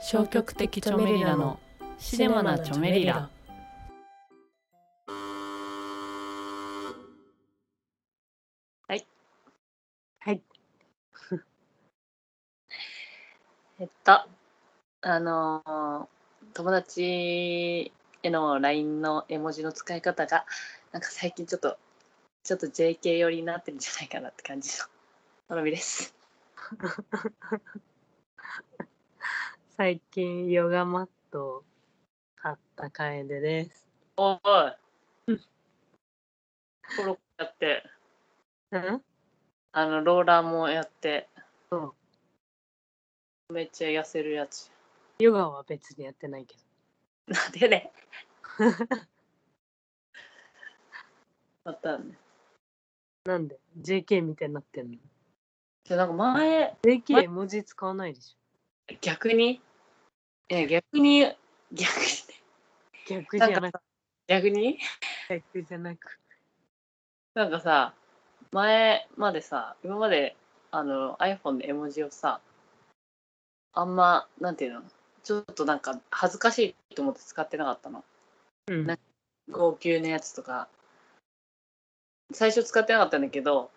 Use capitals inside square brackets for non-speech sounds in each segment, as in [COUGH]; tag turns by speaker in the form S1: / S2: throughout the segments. S1: 消極的チョメリラのシネマなチョメリラ
S2: はい
S3: [LAUGHS] えっとあのー友達への LINE の絵文字の使い方がなんか最近ちょっとちょっと JK 寄りになってるんじゃないかなって感じの [LAUGHS] 好みです
S2: [LAUGHS] 最近ヨガマットを買った楓です
S3: おいコロコロやって
S2: うん
S3: あのローラーもやって
S2: そう
S3: めっちゃ痩せるやつ
S2: ヨガは別にやってないけど
S3: なんでねまたね
S2: なんで JK みたいになってんの
S3: じゃなんか前
S2: JK 絵文字使わないでし
S3: 逆にいや逆に逆に
S2: ょ逆じゃ
S3: な
S2: なんく
S3: 逆に
S2: 逆じゃなく
S3: なんかさ前までさ今まであの iPhone の絵文字をさあんまなんていうのちょっとなんか恥ずかしいと思って使ってなかったの
S2: うん
S3: な号泣のやつとか最初使ってなかったんだけど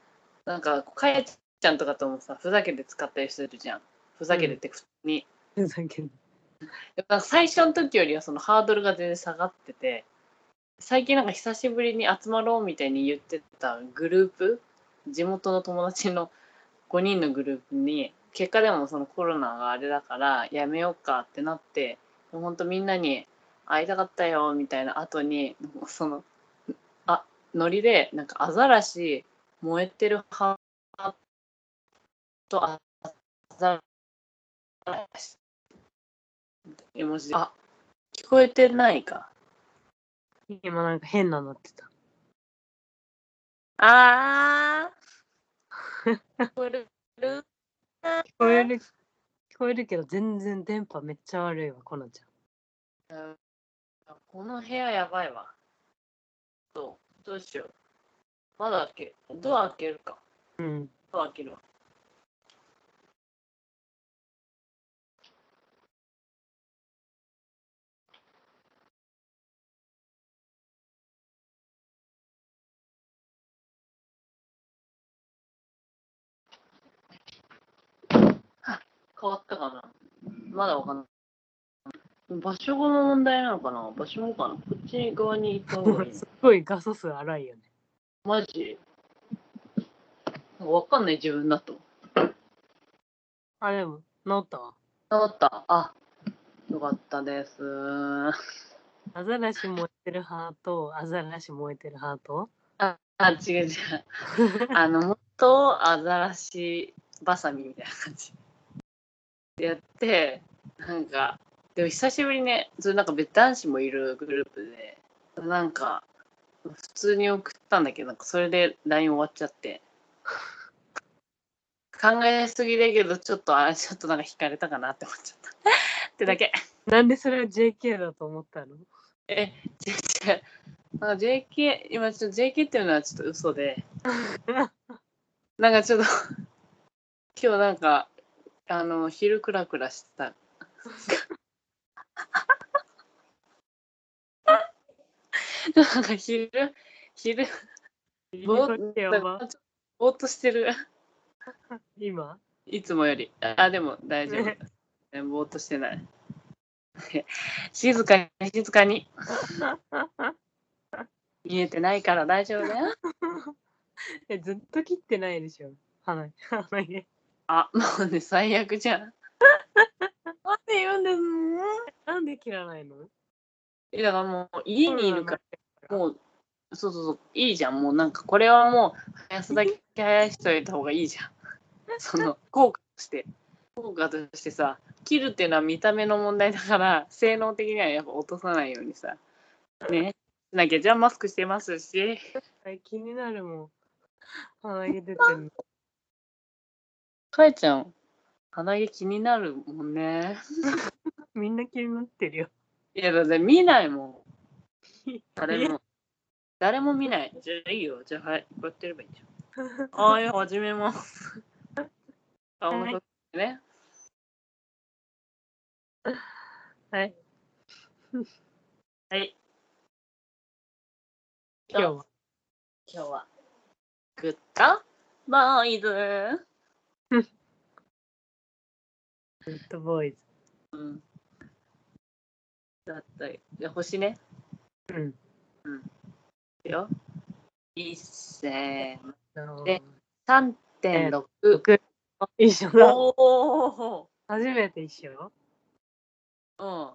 S3: なんかかやちゃんとかともさふざけて使ったりするじゃんふざけてって普通に、
S2: ふざけんな
S3: でもなんか最初の時よりはそのハードルが全然下がってて最近なんか久しぶりに集まろうみたいに言ってたグループ地元の友達の5人のグループに結果でもそのコロナがあれだからやめようかってなってほんとみんなに会いたかったよみたいな後にそのあノリでなんかアザラシ燃えてるハートアザラシ絵文字であ聞こえてないか
S2: 今なんか変なのなってた
S3: あー聞こえる
S2: 聞こえる聞こえるけど全然電波めっちゃ悪いわコナちゃん
S3: この部屋やばいわ。どうどうしよう。まだ開け、ドア開けるか。
S2: うん
S3: ドア開けるわ。あ変わったかなまだわかんない。場所後の問題なのかな場所後かなこっち側に行った方がいいの
S2: すごい画素数荒いよね
S3: マジなんかわかんない自分だと。
S2: あでも治ったわ
S3: 治った。あ、よかったです。
S2: アザラシ燃えてるハートアザラシ燃えてるハート
S3: あ、違う違う。あの、もっとアザラシバサミみたいな感じでやって、なんか、でも久しぶりね、それなんか別男子もいるグループで、なんか、普通に送ったんだけど、なんかそれで LINE 終わっちゃって。考えすぎだけど、ちょっと、あ、ちょっとなんか惹かれたかなって思っちゃった。ってだけ。
S2: なんでそれは JK だと思ったの
S3: え、全然。なんか JK、今ちょっと JK っていうのはちょっと嘘で。なんかちょっと、今日なんか、あの、昼クラクラしてた。なんか昼、昼、ぼー
S2: やば
S3: っとぼーっとしてる。
S2: 今 [LAUGHS]
S3: いつもより。あ、でも大 [LAUGHS] 丈夫。ぼーっとしてない。 [LAUGHS] 静かに、静かに。見えてないから大丈夫だよ。 [LAUGHS]
S2: えずっと切ってないでしょ鼻鼻毛
S3: あ、もうね、最悪じゃん。 [LAUGHS] なんで言うんです
S2: なんで切らないの
S3: えだからもう家にいるから、もう、そうそうそう、いいじゃん。もうなんか、これはもう、生やすだけ生やしといた方がいい [LAUGHS] じゃん。その、効果として。効果としてさ、切るっていうのは見た目の問題だから、性能的にはやっぱ落とさないようにさ、ね、しなきゃ。じゃあマスクしてますし、
S2: え気になるもん鼻毛出てるの
S3: かえちゃん、鼻毛気になるもんね。
S2: みんな気になってるよ
S3: いや、だって見ないも
S2: [LAUGHS]
S3: ん。誰も。誰も見ない。じゃあいいよ。じゃあはい。こうやってやればいいじ
S2: [LAUGHS]
S3: ゃん。ああ、いや、始めます。あ、お
S2: い
S3: 腹ね。
S2: はい。
S3: はい。
S2: 今日は。
S3: 今日は、グッドボーイズ。
S2: グッドボーイズ。
S3: だったり、で星ね。
S2: うん。
S3: いくよ。一せーの、
S2: の
S3: で3.6。
S2: 僕、一緒だ。
S3: お
S2: 初めて一緒
S3: お。うん。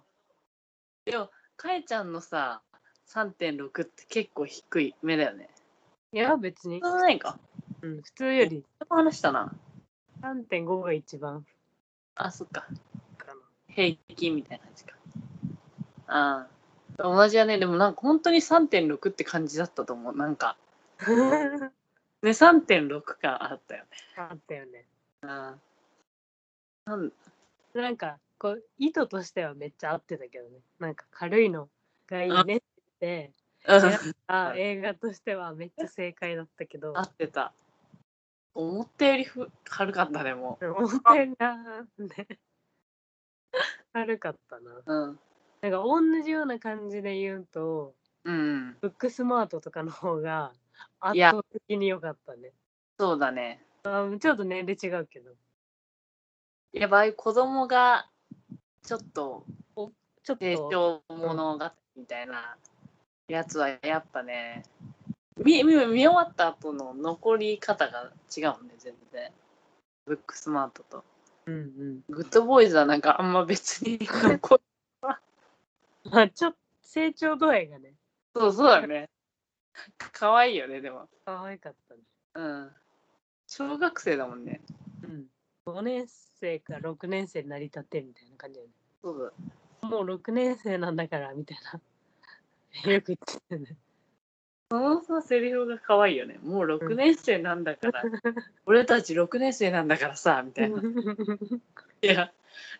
S3: でも、かえちゃんのさ、3.6って結構低い目だよね。
S2: いや、別に
S3: そ。んなないか。
S2: うん、普通より
S3: その話したな。
S2: 3.5が一番 [LAUGHS]
S3: あ、そっか。
S2: かな。
S3: 平均みたいな感じか。ああ。同じやね。でもなんか本当に3.6って感じだったと思う。なんか。ね、3.6感あったよね。
S2: あったよね。
S3: あ
S2: なんか、こう、意図としてはめっちゃ合ってたけどね。なんか、軽いのがいいねって
S3: あ。
S2: 言って、あ
S3: う、ん
S2: 映画としてはめっちゃ正解だったけど
S3: 合、ってた。思ったよりふ軽かったね、も
S2: でも思ったよりな、ね。軽かったな。
S3: う。うん。
S2: なんか、同じような感じで言うと、
S3: うん。
S2: ブックスマートとかの方が
S3: い
S2: 圧
S3: や
S2: 倒的に良かったね。
S3: そうだね。
S2: あちょっと年齢違うけど、
S3: やばい、子供がちょっと
S2: ちょっ
S3: 成
S2: と、
S3: 長物語みたいなやつはやっぱね、見見見終わった後の残り方が違うもんね、全然。ブックスマートと。
S2: うんうん
S3: グッドボーイズはなんかあんま別に [LAUGHS] 残り。
S2: まあ、ちょっと成長度合いがね、
S3: そうそうだよね。可愛いよね、でも。
S2: 可愛かったね。
S3: うん。小学生だもんね。
S2: うん、5年生か6年生になりたってみたいな感じだよね。
S3: そうだ。
S2: もう6年生なんだからみたいな。 [LAUGHS] よく言ってた
S3: [LAUGHS]
S2: よね。
S3: そのさセリフが可愛いよね。もう6年生なんだから、俺たち6年生なんだからさ、みたいな。いや、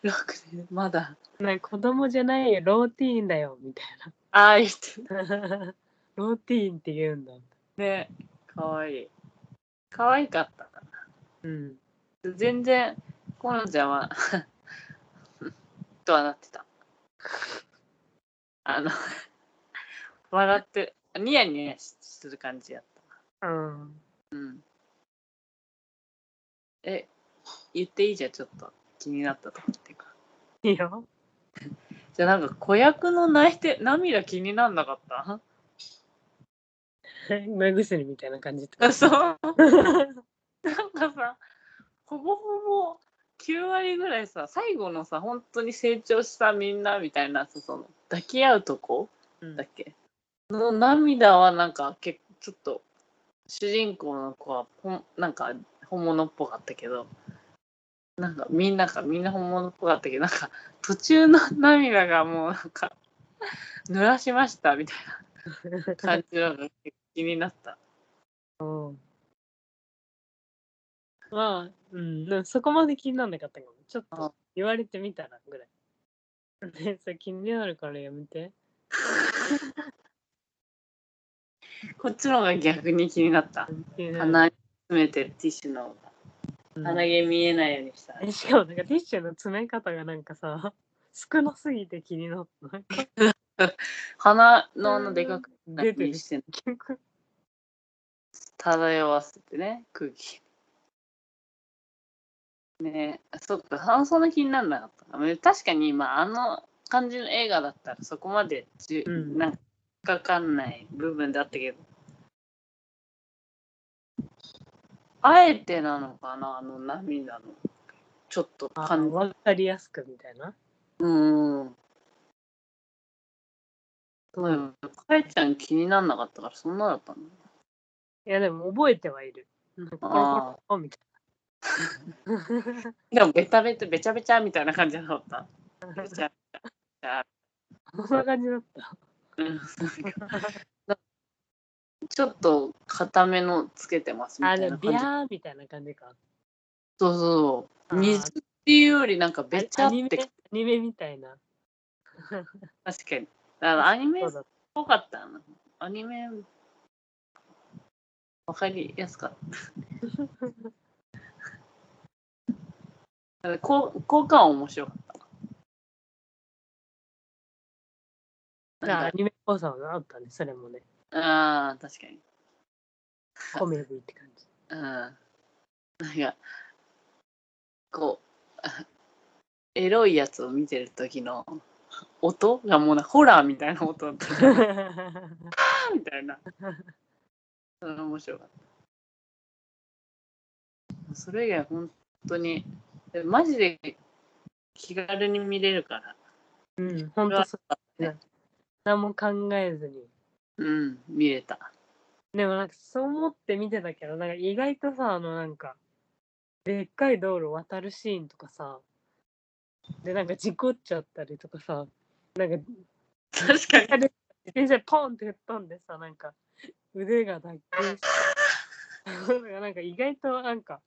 S3: 6年、まだ。
S2: なんか子供じゃないよ、ローティーンだよみたい
S3: ああ、言ってた。
S2: な。 [LAUGHS] ローティーンって言うんだ。
S3: ね、可愛い。可愛かった
S2: うん。
S3: な。全然、コナンちゃんは、 [LAUGHS] とはなってた。あの、笑って、ニヤニヤする感じやった。
S2: うん。
S3: うん。え、言っていいじゃん、ちょっと気になったとこっていうか。
S2: いいよ。
S3: じゃあなんか子役の泣いて涙気になんなかっ
S2: 目薬みたいな感じってこ
S3: た
S2: と。
S3: そう。 [LAUGHS] なんかさ、ほぼほぼ9割ぐらいさ、最後のさ、本当に成長したみんなみたいな、その抱き合うとこ
S2: うん
S3: だっけの涙はなんか結構ちょっと主人公の子はほんなんか本物っぽかったけどなんかみんなかみんな本物っぽかったけどなんか途中の涙がもうなんか濡らしましたみたいな感じなのが結構気になった。
S2: まあ、うん、でもそこまで気にならなかったかも。ちょっ
S3: あ
S2: と言われてみたらぐらい。 [LAUGHS] ね、それ気になるからやめて。
S3: こっちの方が逆に気になった。
S2: 気になる
S3: 鼻に詰めてるティッシュの方
S2: うん
S3: が鼻毛見えないようにした。
S2: えしかもなんかティッシュの詰め方がなんかさ、少なすぎて気になった。なんか
S3: 鼻のあのでかくな
S2: 出
S3: い
S2: てる
S3: にして
S2: 結局。
S3: 漂わせてね空気ねえそっか半その気にならなかったまあ確かにまああの感じの映画だったらそこまでじゅ、
S2: うん
S3: なんかかかんない部分だったけどあえてなのかなあの涙のちょっと
S2: あ
S3: 感じ
S2: わかりやすくみたいな。
S3: うんうんかえちゃん気にならなかったからそんなだったんだ
S2: いやでも覚えてはいる。なんかこれ
S3: あ
S2: これみたいな。
S3: でもベタベタべちゃべちゃみたいな感じじゃなかったべちゃ
S2: [LAUGHS] そんな感じだった。
S3: うんちょっと固めのつけてますみた
S2: あ、
S3: い
S2: で
S3: な
S2: も
S3: 感
S2: ビ
S3: じ
S2: ャーみたいな感じか。
S3: そうそう
S2: あー
S3: 水っていうよりなんかべちゃ
S2: ア
S3: っ
S2: ニメ
S3: て
S2: アニメみたいな。
S3: 確かにだからアニメ
S2: そ
S3: っ
S2: うだっ
S3: ぽかったなアニメわかりやすかった [LAUGHS] だからこう効果は面白かった
S2: じゃあ
S3: な
S2: ア
S3: んか
S2: ニメっぽさがあったね、それもね。
S3: ああ、確かに。
S2: コメディって感じ。
S3: [LAUGHS] うん。なんか、こう、 [LAUGHS] エロいやつを見てる時の音がもうな、ホラーみたいな音だったから。あーみたいな。それ面白かった。それ以外本当に、えマジで気軽に見れるから。
S2: うん、ほんとそうだね。何も考えずに。
S3: うん、見れた。
S2: でもなんかそう思って見てたけど、なんか意外とさ、あのなんか、でっかい道路渡るシーンとかさ、でなんか事故っちゃったりとかさ、なんか
S3: 確かに。
S2: 自転車でポンって吹っ飛んでさ、なんか腕が脱臼して、 [LAUGHS] なんか意外となんか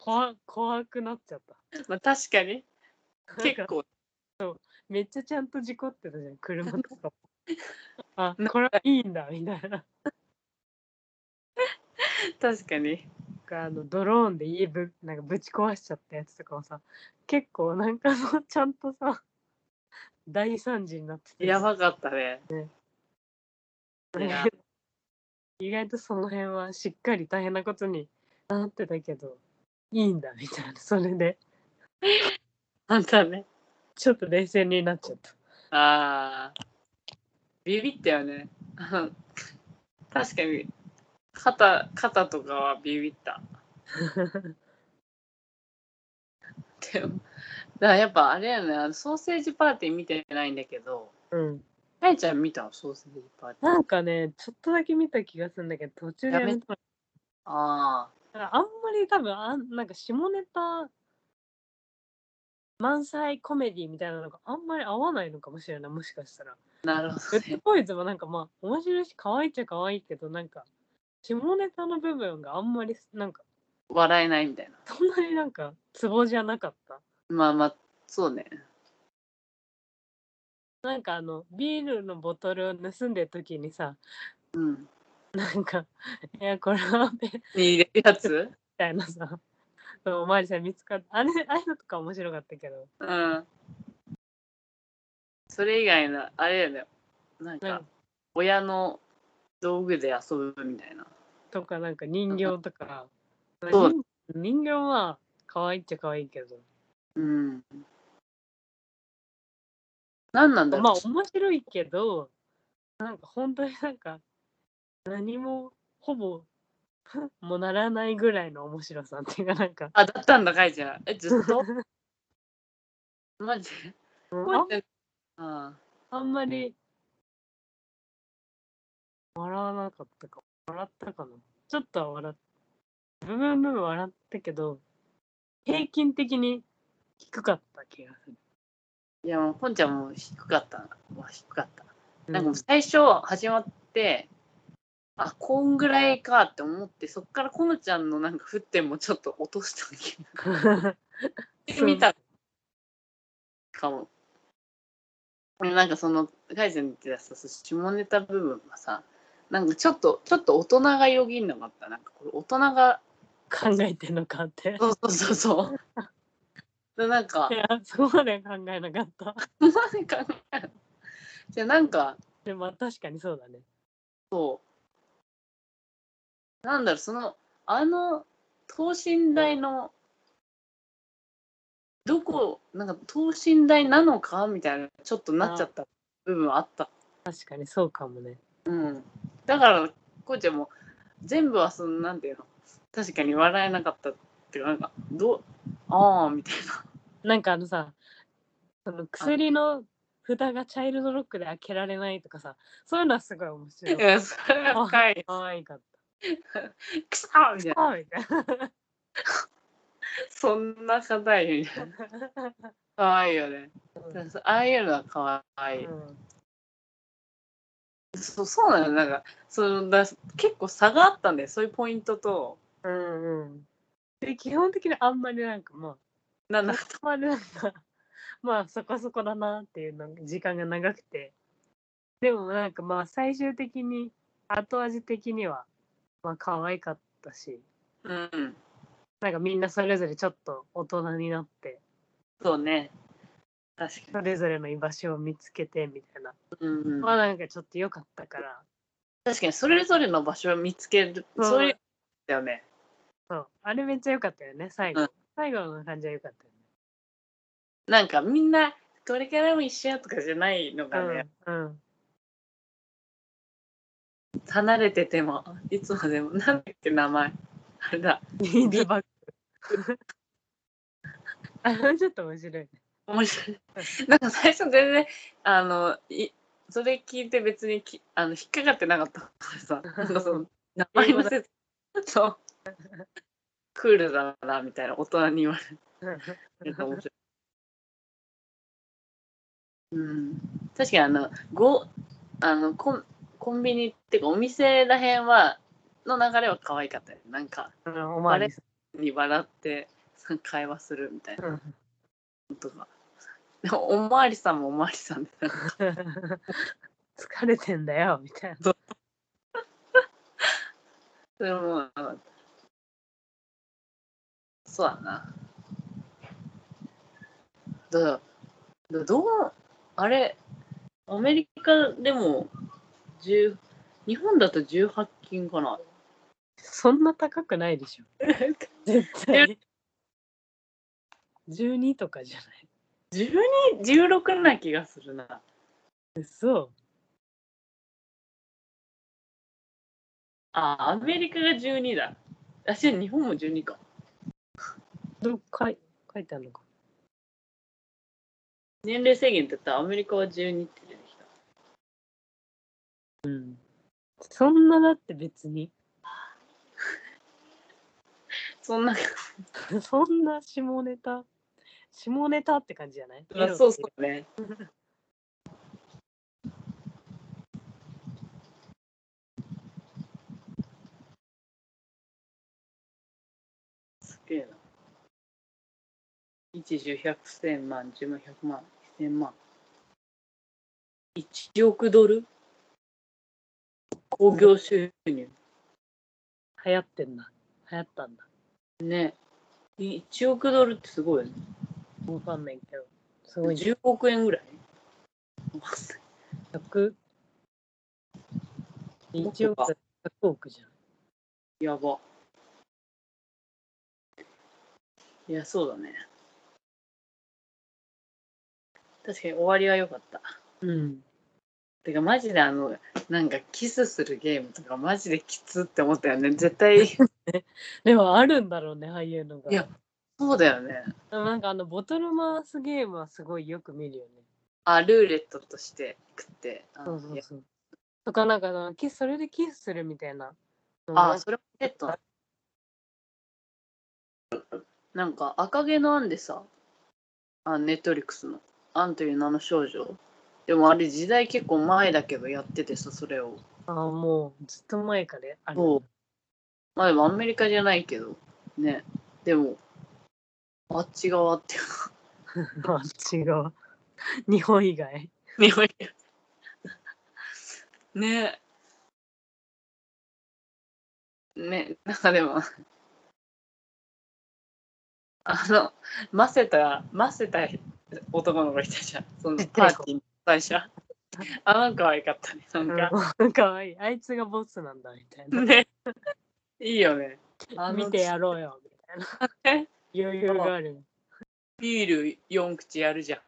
S2: 怖怖くなっちゃった。
S3: まあ、確かに。結構。
S2: めっちゃちゃんと事故ってたじゃん、車とかも。
S3: [LAUGHS]
S2: あ、これはいいんだ、みたいな。
S3: 確かに。
S2: なんかあのドローンで家ぶなんかぶち壊しちゃったやつとかもさ結構なんかそうちゃんとさ大惨事になってて
S3: やばかったね。いや
S2: 意外とその辺はしっかり大変なことになってたけどいいんだみたいなそれで
S3: あんたね。
S2: ちょっと冷静になっちゃった [LAUGHS]
S3: ああ。ビビったよね。うん確かに。肩、肩とかはビビった。でも、だからやっぱあれやね、あのソーセージパーティー見てないんだけど、
S2: うん
S3: あやちゃん見たのソーセージパーティー。
S2: なんかねちょっとだけ見た気がするんだけど途中で
S3: やめ
S2: やめた
S3: あ
S2: なんかあんまり多分あんなんか下ネタ満載コメディみたいなのがあんまり合わないのかもしれないもしかしたら。
S3: あ、なるほ
S2: グ
S3: ど
S2: ッ
S3: ね。
S2: ドボーイズもなんかまあ面白いし可愛いっちゃ可愛いけどなんか下ネタの部分があんまりなんか
S3: 笑えないみたいな。
S2: そんなになんかツボじゃなかった
S3: まあまあ、そうね。
S2: なんかあのビールのボトルを盗んでる時にさ
S3: うん。
S2: なんか「いやこれはべ」み
S3: に入れるやつ
S2: たいなさそうおまわりさん見つかってあれああいうのとか面白かったけど
S3: うん。それ以外の、あれやね。なん
S2: な
S3: か
S2: んか、
S3: 親の道具で遊ぶみたいな。
S2: とかなんか人形とか
S3: そう
S2: 人人形は可愛いっちゃ可愛いけど
S3: うん。なんなんだろう。
S2: まあ面白いけど、なんか本当になんか何もほぼもうならないぐらいの面白さっていうかなんか、
S3: あ、だったんだ、かいちゃん。え、ずっ [LAUGHS] とマジで
S2: あ
S3: あ
S2: あんまり笑わなかったかも笑ったかなちょっとは笑っ部分部分笑ったけど平均的に低かった気がする。
S3: いや、もう、ポンちゃんも低かったな。まあ、低かった。
S2: う
S3: なんかもう、最初始まって、あ、こんぐらいかって思って、そっからこのちゃんのなんか沸点もちょっと落とした気がしてみたかも。なんかその、カイちゃんってたさ、その下ネタ部分がさ、なんかちょっと、ちょっと大人がよぎんなかった。なんかこれ大人が、
S2: 考えてんのかって。
S3: そうそうそうそう。 [LAUGHS] でなんか
S2: い、やそこまで考えなかった。
S3: マジかな。じゃあなんか、
S2: でもまあ確かにそうだね。
S3: そう。なんだろう、その、あの、等身大の、どこ、なんか等身大なのかみたいな、ちょっとなっちゃった部分あった。
S2: 確かにそうかもね。
S3: うん。だから、こうちゃんも、全部はその、なんていうの、確かに笑えなかったっていうか、なんか、どう、ああ、みたいな。
S2: なんかあのさ、その薬の蓋がチャイルドロックで開けられないとかさ、そういうのはすごい面白
S3: い
S2: い。
S3: や、それは深い。
S2: 可愛かっ
S3: くそーみたい
S2: た。
S3: な。
S2: あ [LAUGHS] みたい
S3: そんな硬いみたいな。可愛いよね。
S2: な。
S3: ああいうのは可愛い。
S2: うん
S3: そうそうなのなんかそのだ結構差があったんだよそういうポイントと
S2: うんうん。で、基本的にあんまりなんかまあ、
S3: なんだ
S2: あんまりなんか、 [LAUGHS] まあそこそこだなっていうの時間が長くて。でもなんかまあ最終的に、後味的には、まあ可愛かったし、
S3: うん
S2: なんかみんなそれぞれちょっと大人になって、
S3: そうね確か
S2: それぞれの居場所を見つけてみたいな、
S3: に。うんうん
S2: まあなんかちょっと良かったから
S3: 確かに、それぞれの場所を見つける。
S2: うん
S3: そういう、だよね。
S2: そうあれめっちゃ良かったよね最後、
S3: うん
S2: 最後の感じは良かったよね
S3: なんかみんな、これからも一緒やとかじゃないのがね、
S2: うん、うん
S3: 離れてても、いつまでも、なんだっけ、名前。あれだ、
S2: リードバック。 [LAUGHS] あれちょっと面白いね。
S3: 面白い。なんか最初全然、あの、いそれ聞いて別にきあの引っかかってなかったからさ、なんかその、名前の説、 [LAUGHS] そう、クールだな、みたいな、大人に言わ
S2: [LAUGHS]
S3: れるの面白い。 [LAUGHS] うん、確かにあのごあのコンコンビニっていうかお店らへんはの流れは可愛かったよなんか
S2: うんおまわりさ。
S3: に笑って [LAUGHS] その会話するみたいなん
S2: うん
S3: ことがでもおまわりさんもおまわりさんでなんか
S2: [LAUGHS] 疲れてんだよ、みたいな。
S3: それもあのそうだなだだどうあれアメリカでも10日本だと18金かな
S2: そんな高くないでしょ。絶 [LAUGHS] 対。12とかじゃない。
S3: 12、16な気がするな。
S2: そう。
S3: あ、アメリカが12だ。あ、し日本も12か。
S2: どっかい書いてあるのか。
S3: 年齢制限だったらアメリカは12って出てきた。
S2: うん。そんなだって別に。 [LAUGHS]
S3: そんな、
S2: そんな下ネタ。下ネタって感じじゃない
S3: まあそうそうね。すげえな。一十百千万、十万、百万、一千万。一億ドル興行収入。
S2: 流行ってんな。流行ったんだ。
S3: ね。1億ドルってすごいよね。
S2: わかんないけど。すごいね。
S3: 10億円ぐらい
S2: 100
S3: もっとか
S2: 1億だ100億じゃん。
S3: やば。いや、そうだね。確かに終わりは良かった。
S2: うん。
S3: てか、マジであの、なんかキスするゲームとか、マジできつって思ったよね。絶
S2: [LAUGHS]
S3: 対、そ
S2: でもあるんだろうね、ああいうのが。
S3: いやうだよね。
S2: でもなんかあのボトル回すゲームはすごいよく見るよね。
S3: あ、ルーレットとして食って。あ
S2: そう
S3: の
S2: そう
S3: や
S2: そう。とかなんかあのキスそれでキスするみたいな。
S3: あ、それもセットな。なんか、赤毛のアンでさ、あ、ネットリックスの、アンという名の少女。でもあれ時代結構前だけどやっててさ、それを。
S2: あもうずっと前からある。
S3: そう。まあでもアメリカじゃないけど、ね。でも、あっち側っていう
S2: あっち側。日本以外。
S3: 匂いが。ねね、なんかでも、あの、ませた、ませた男の子いたじゃん。そのパーティーの最初。あの可愛かったね。なんか、
S2: うんかわいい。あいつがボスなんだみたいな。
S3: ね。いいよね。あの
S2: 見てやろうよみたいな。
S3: ね
S2: 余裕がある。
S3: ビール4口やるじゃん。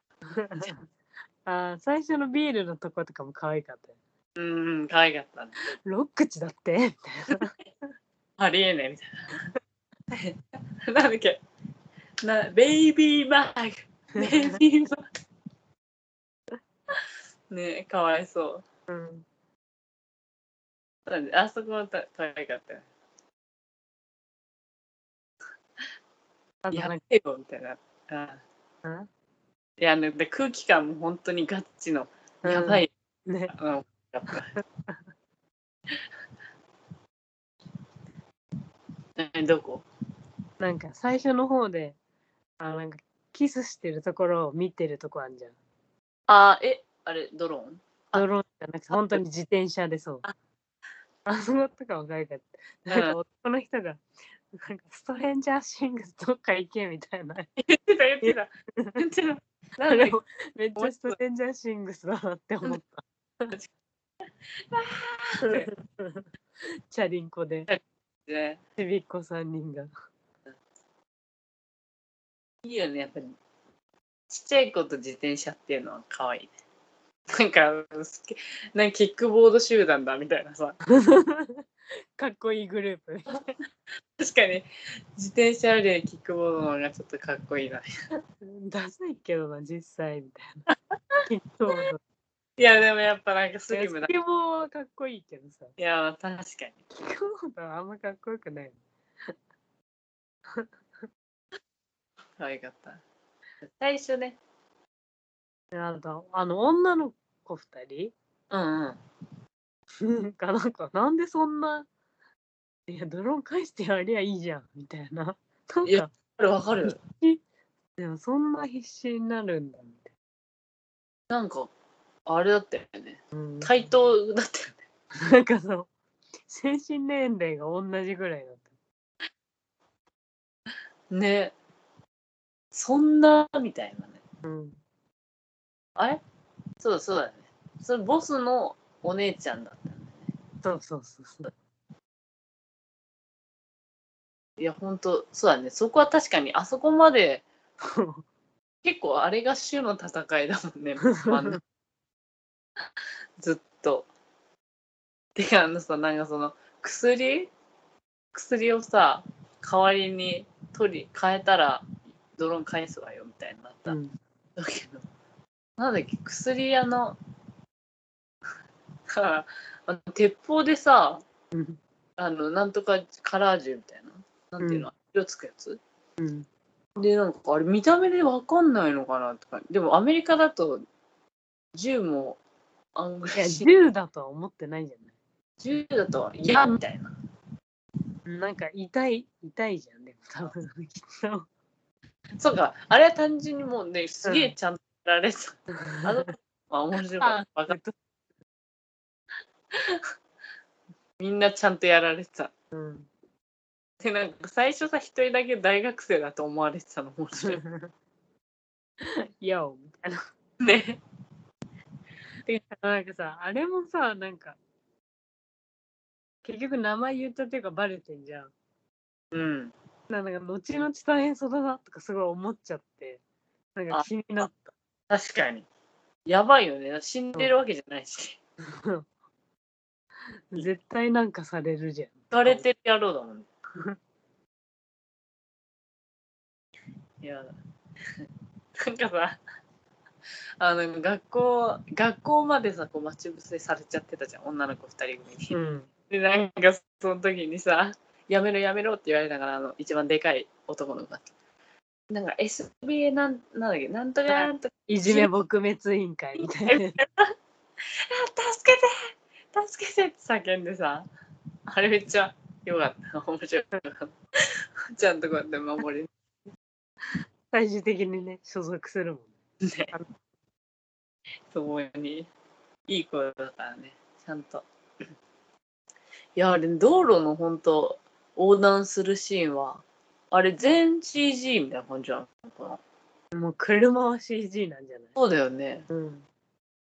S2: あー最初のビールのとことかも可愛かったよ。
S3: うんうん、可愛かったね。
S2: 6口だってみたいな。
S3: ありえないみたいな。なんだっけな、ベイビーバー [LAUGHS] グ、ベイビーバーグ。ねえ、かわいそう。
S2: うん
S3: そうねあそこもたかわいかったよ。
S2: あと
S3: や
S2: な
S3: め
S2: んか
S3: てよ、みたいな。あ
S2: うん
S3: いや、あので空気感も本当にガッチの、やばい。
S2: ね、
S3: うん、 [LAUGHS] よかったえ、どこ
S2: なんか最初の方で、あなんかキスしてるところを見てるとこあるじゃん。
S3: あ、え、あれ、ドローンあ
S2: ドローンじゃなくて、本当に自転車でそう。あそことかも可愛かっ
S3: う
S2: た。
S3: ん
S2: なんか男の人が、なんかストレンジャーシングスどっか行けみたいな。
S3: [LAUGHS] 言ってた言ってた言ってたなんで
S2: でもめっちゃストレンジャーシングスだなって思った。 [LAUGHS] チャリンコで、
S3: ね、
S2: ちびっこ3人が。
S3: いいよねやっぱりちっちゃい子と自転車っていうのは可愛いねなんかすけなんかキックボード集団だみたいなさ
S2: かっこいいグループ。
S3: 確かに自転車よりキックボードの方がちょっとかっこいいな
S2: ダサいけどな、実際みたいな。
S3: [LAUGHS]
S2: きっと、
S3: いやでもやっぱなんかス
S2: スケ
S3: リ
S2: ボ
S3: ムだい
S2: ーはかっこいいけどさ、
S3: や確かに
S2: キックボードはあんまかっこよくない。
S3: 可愛かった最初ね
S2: あと、あの、女の子2
S3: うんうん
S2: 人かなんか、なんでそんな、いや、ドローン返してやりゃいいじゃん、みたいな。なん
S3: いや
S2: か、
S3: あるわかる
S2: でもそんな必死になるんだ、みたい
S3: なんかあれだったよね
S2: な。うん
S3: 対等だったよね
S2: なんかその、精神年齢が同じぐらいだっ
S3: ねそんなみたいなね
S2: た。うん。
S3: あれそうだそうだよねそれボスのお姉ちゃんだったよね
S2: そうそうそうそう。
S3: いやほんとそうだねそこは確かにあそこまで結構あれが主の戦いだもん
S2: [LAUGHS]
S3: ね真ん中ずっとてかあのさなんかその薬薬をさ代わりに取り変えたらドローン返すわよみたいになった、
S2: うん
S3: だけど、なんだっけ、薬屋の、 [LAUGHS] からあの鉄砲でさ、
S2: うん
S3: あの、なんとかカラージュみたいな、なんていうの、色つくやつ
S2: うん。
S3: で、なんかあれ、見た目でわかんないのかなとか、でもアメリカだと、銃も、あんぐ
S2: い
S3: ら
S2: や、
S3: い、
S2: 銃だとは思ってないじゃ
S3: 銃だと、いや、みたいな。
S2: ない。なんか痛い、痛いじゃん、でも多分、きっと。
S3: そうか、あれは単純にもうね、すげえちゃんとやられてた。あの、 [LAUGHS] まあ、面白かった。わかっ
S2: と
S3: みんなちゃんとやられてた。
S2: うん。
S3: でなんか最初さ一人だけ大学生だと思われてたの面白い
S2: [LAUGHS] いやお、みたいな。
S3: ね
S2: なんかさ、あれもさ、なんか、結局名前言ったっていうかバレてんじゃん。
S3: うん
S2: なんか、後々大変そうだなとかすごい思っちゃって、なんか気になっ
S3: 確かにやばいよね死んでるわけじゃないし
S2: 絶対なんかされるじゃん。
S3: 浮かれてる野郎だもんねい [LAUGHS] やなんかさあの学校学校までさこう待ち伏せされちゃってたじゃん女の子二人組に、
S2: うん。
S3: でなんかその時にさ「やめろやめろ」って言われながらあの一番でかい男の子がなんか SBA なんなんだっけなんとかなんとか
S2: いじめ撲滅委員会みたいな。
S3: [LAUGHS] 「助けて助けて」って叫んでさあれめっちゃよかった面白かったちゃんとこうやって守り
S2: 最終的にね、所属するもん。
S3: ね共にいい子だからねちゃんといやあれ道路の本当横断するシーンはあれ全 CG みたいな感じなのかな
S2: もう車は CG なんじゃない
S3: そうだよね。
S2: うん、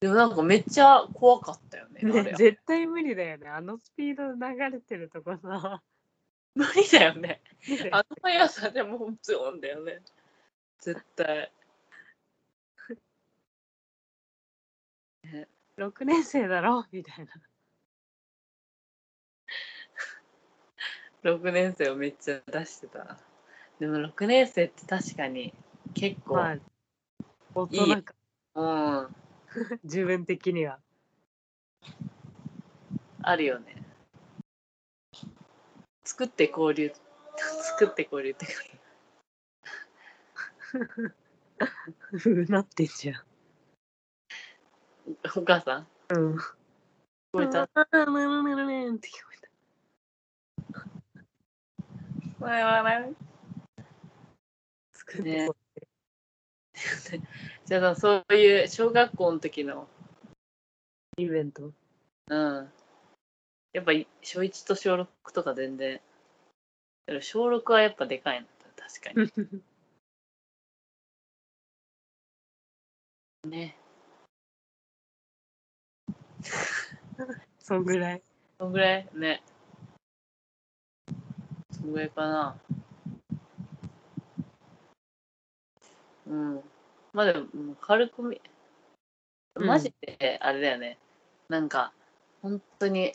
S3: でもなんかめっちゃ怖かったよね。あ
S2: ね
S3: れ
S2: 絶対無理だよね。あのスピードで流れてるとこさ。
S3: 無理だよね。 [LAUGHS] あ
S2: [LAUGHS]
S3: の速さでもうズオンだよね。絶対。
S2: 6年生だろみたいな。
S3: 6年生をめっちゃ出してたな。でも6年生って確かに結構、
S2: まあ、大人か、
S3: うん、
S2: 自分的には。
S3: あるよね。作って交流、 [LAUGHS] 作って交流って感じ
S2: うなってんじゃん。
S3: お母さん、聞
S2: うん。
S3: こえた
S2: あーメロメロメロって聞こえた。作って
S3: ね
S2: こ
S3: じゃあそういう小学校の時の
S2: うイベン [LAUGHS] ト。
S3: うん。やっぱい小1と小6とか全然。でも小6はやっぱでかいな、確かに。ね。
S2: そんぐらい。
S3: そんぐらいね。そんぐらいかな。うん。まあでも、もう軽くみ、
S2: うん
S3: マジで、あれだよね。なんか、本当に、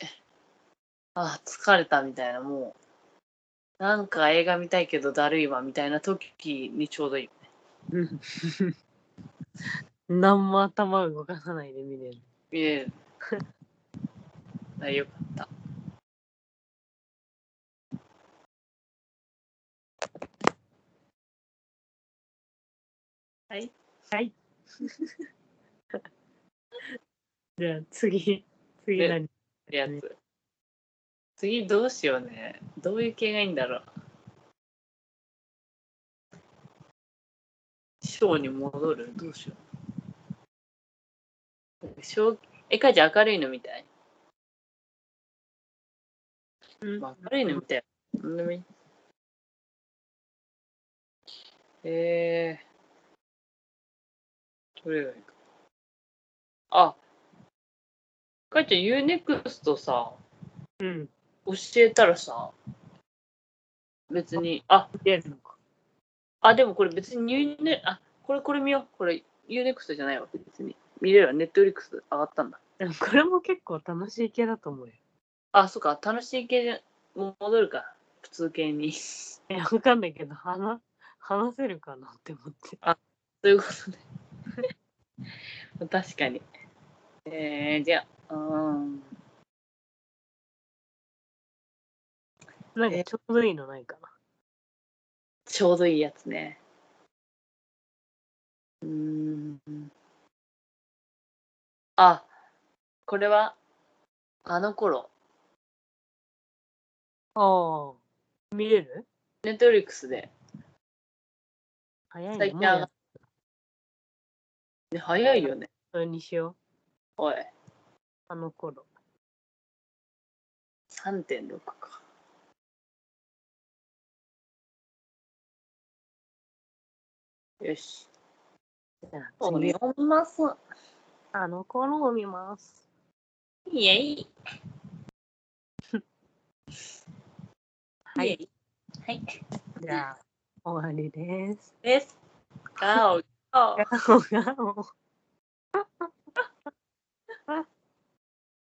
S3: ああ、疲れたみたいな、もう、なんか映画見たいけどだるいわみたいな時にちょうどいい。
S2: うん。何も頭動かさないで見れる。
S3: 見れる。あよかった。はい。
S2: はい。じゃあ次、次何
S3: やつ。次どうしようね。どういう系がいいんだろう。ショーに戻るどうしよう。ショー、え、かいちゃん明るいのみたい。
S2: うん
S3: まあ明るいのみたい。なんでもいい。えー。どれがいいか。あ、かいちゃん UNEXT さ、
S2: うん。
S3: 教えたらさ、別に、あ、
S2: 見れるのか。
S3: あ、でもこれ別に入院ね、あ、これこれ見よう。これ UNEXT じゃないわ、別に。見れるわ、ネットフリックス上がったんだ。
S2: でもこれも結構楽しい系だと思うよ。
S3: あ、そっか、楽しい系でもう戻るか。普通系に。 [LAUGHS] そ
S2: え、わかんないけど、話、話せるかなって思って。
S3: ういうことね。
S2: [LAUGHS]
S3: 確かに。えー、じゃあ、うーん。
S2: なんかちょうどいいのないかな。
S3: ちょうどいいやつね。うーん。あ、これは、あの頃、
S2: ああ。見れる
S3: ネットフリックスで、
S2: 早い
S3: 最近
S2: ね。もう
S3: 上が
S2: や
S3: っね、早いよね。
S2: それにしよう。
S3: おい、
S2: あの頃。
S3: 3.6か。よし。
S2: じゃあ
S3: お
S2: 次
S3: 見、ます。
S2: あの頃を見ます。
S3: イエ [LAUGHS] イ。
S2: はい
S3: イエイ。はい。
S2: じゃあ、終わりです。 [LAUGHS]
S3: です。ガオ、ガオ。
S2: 顔がもう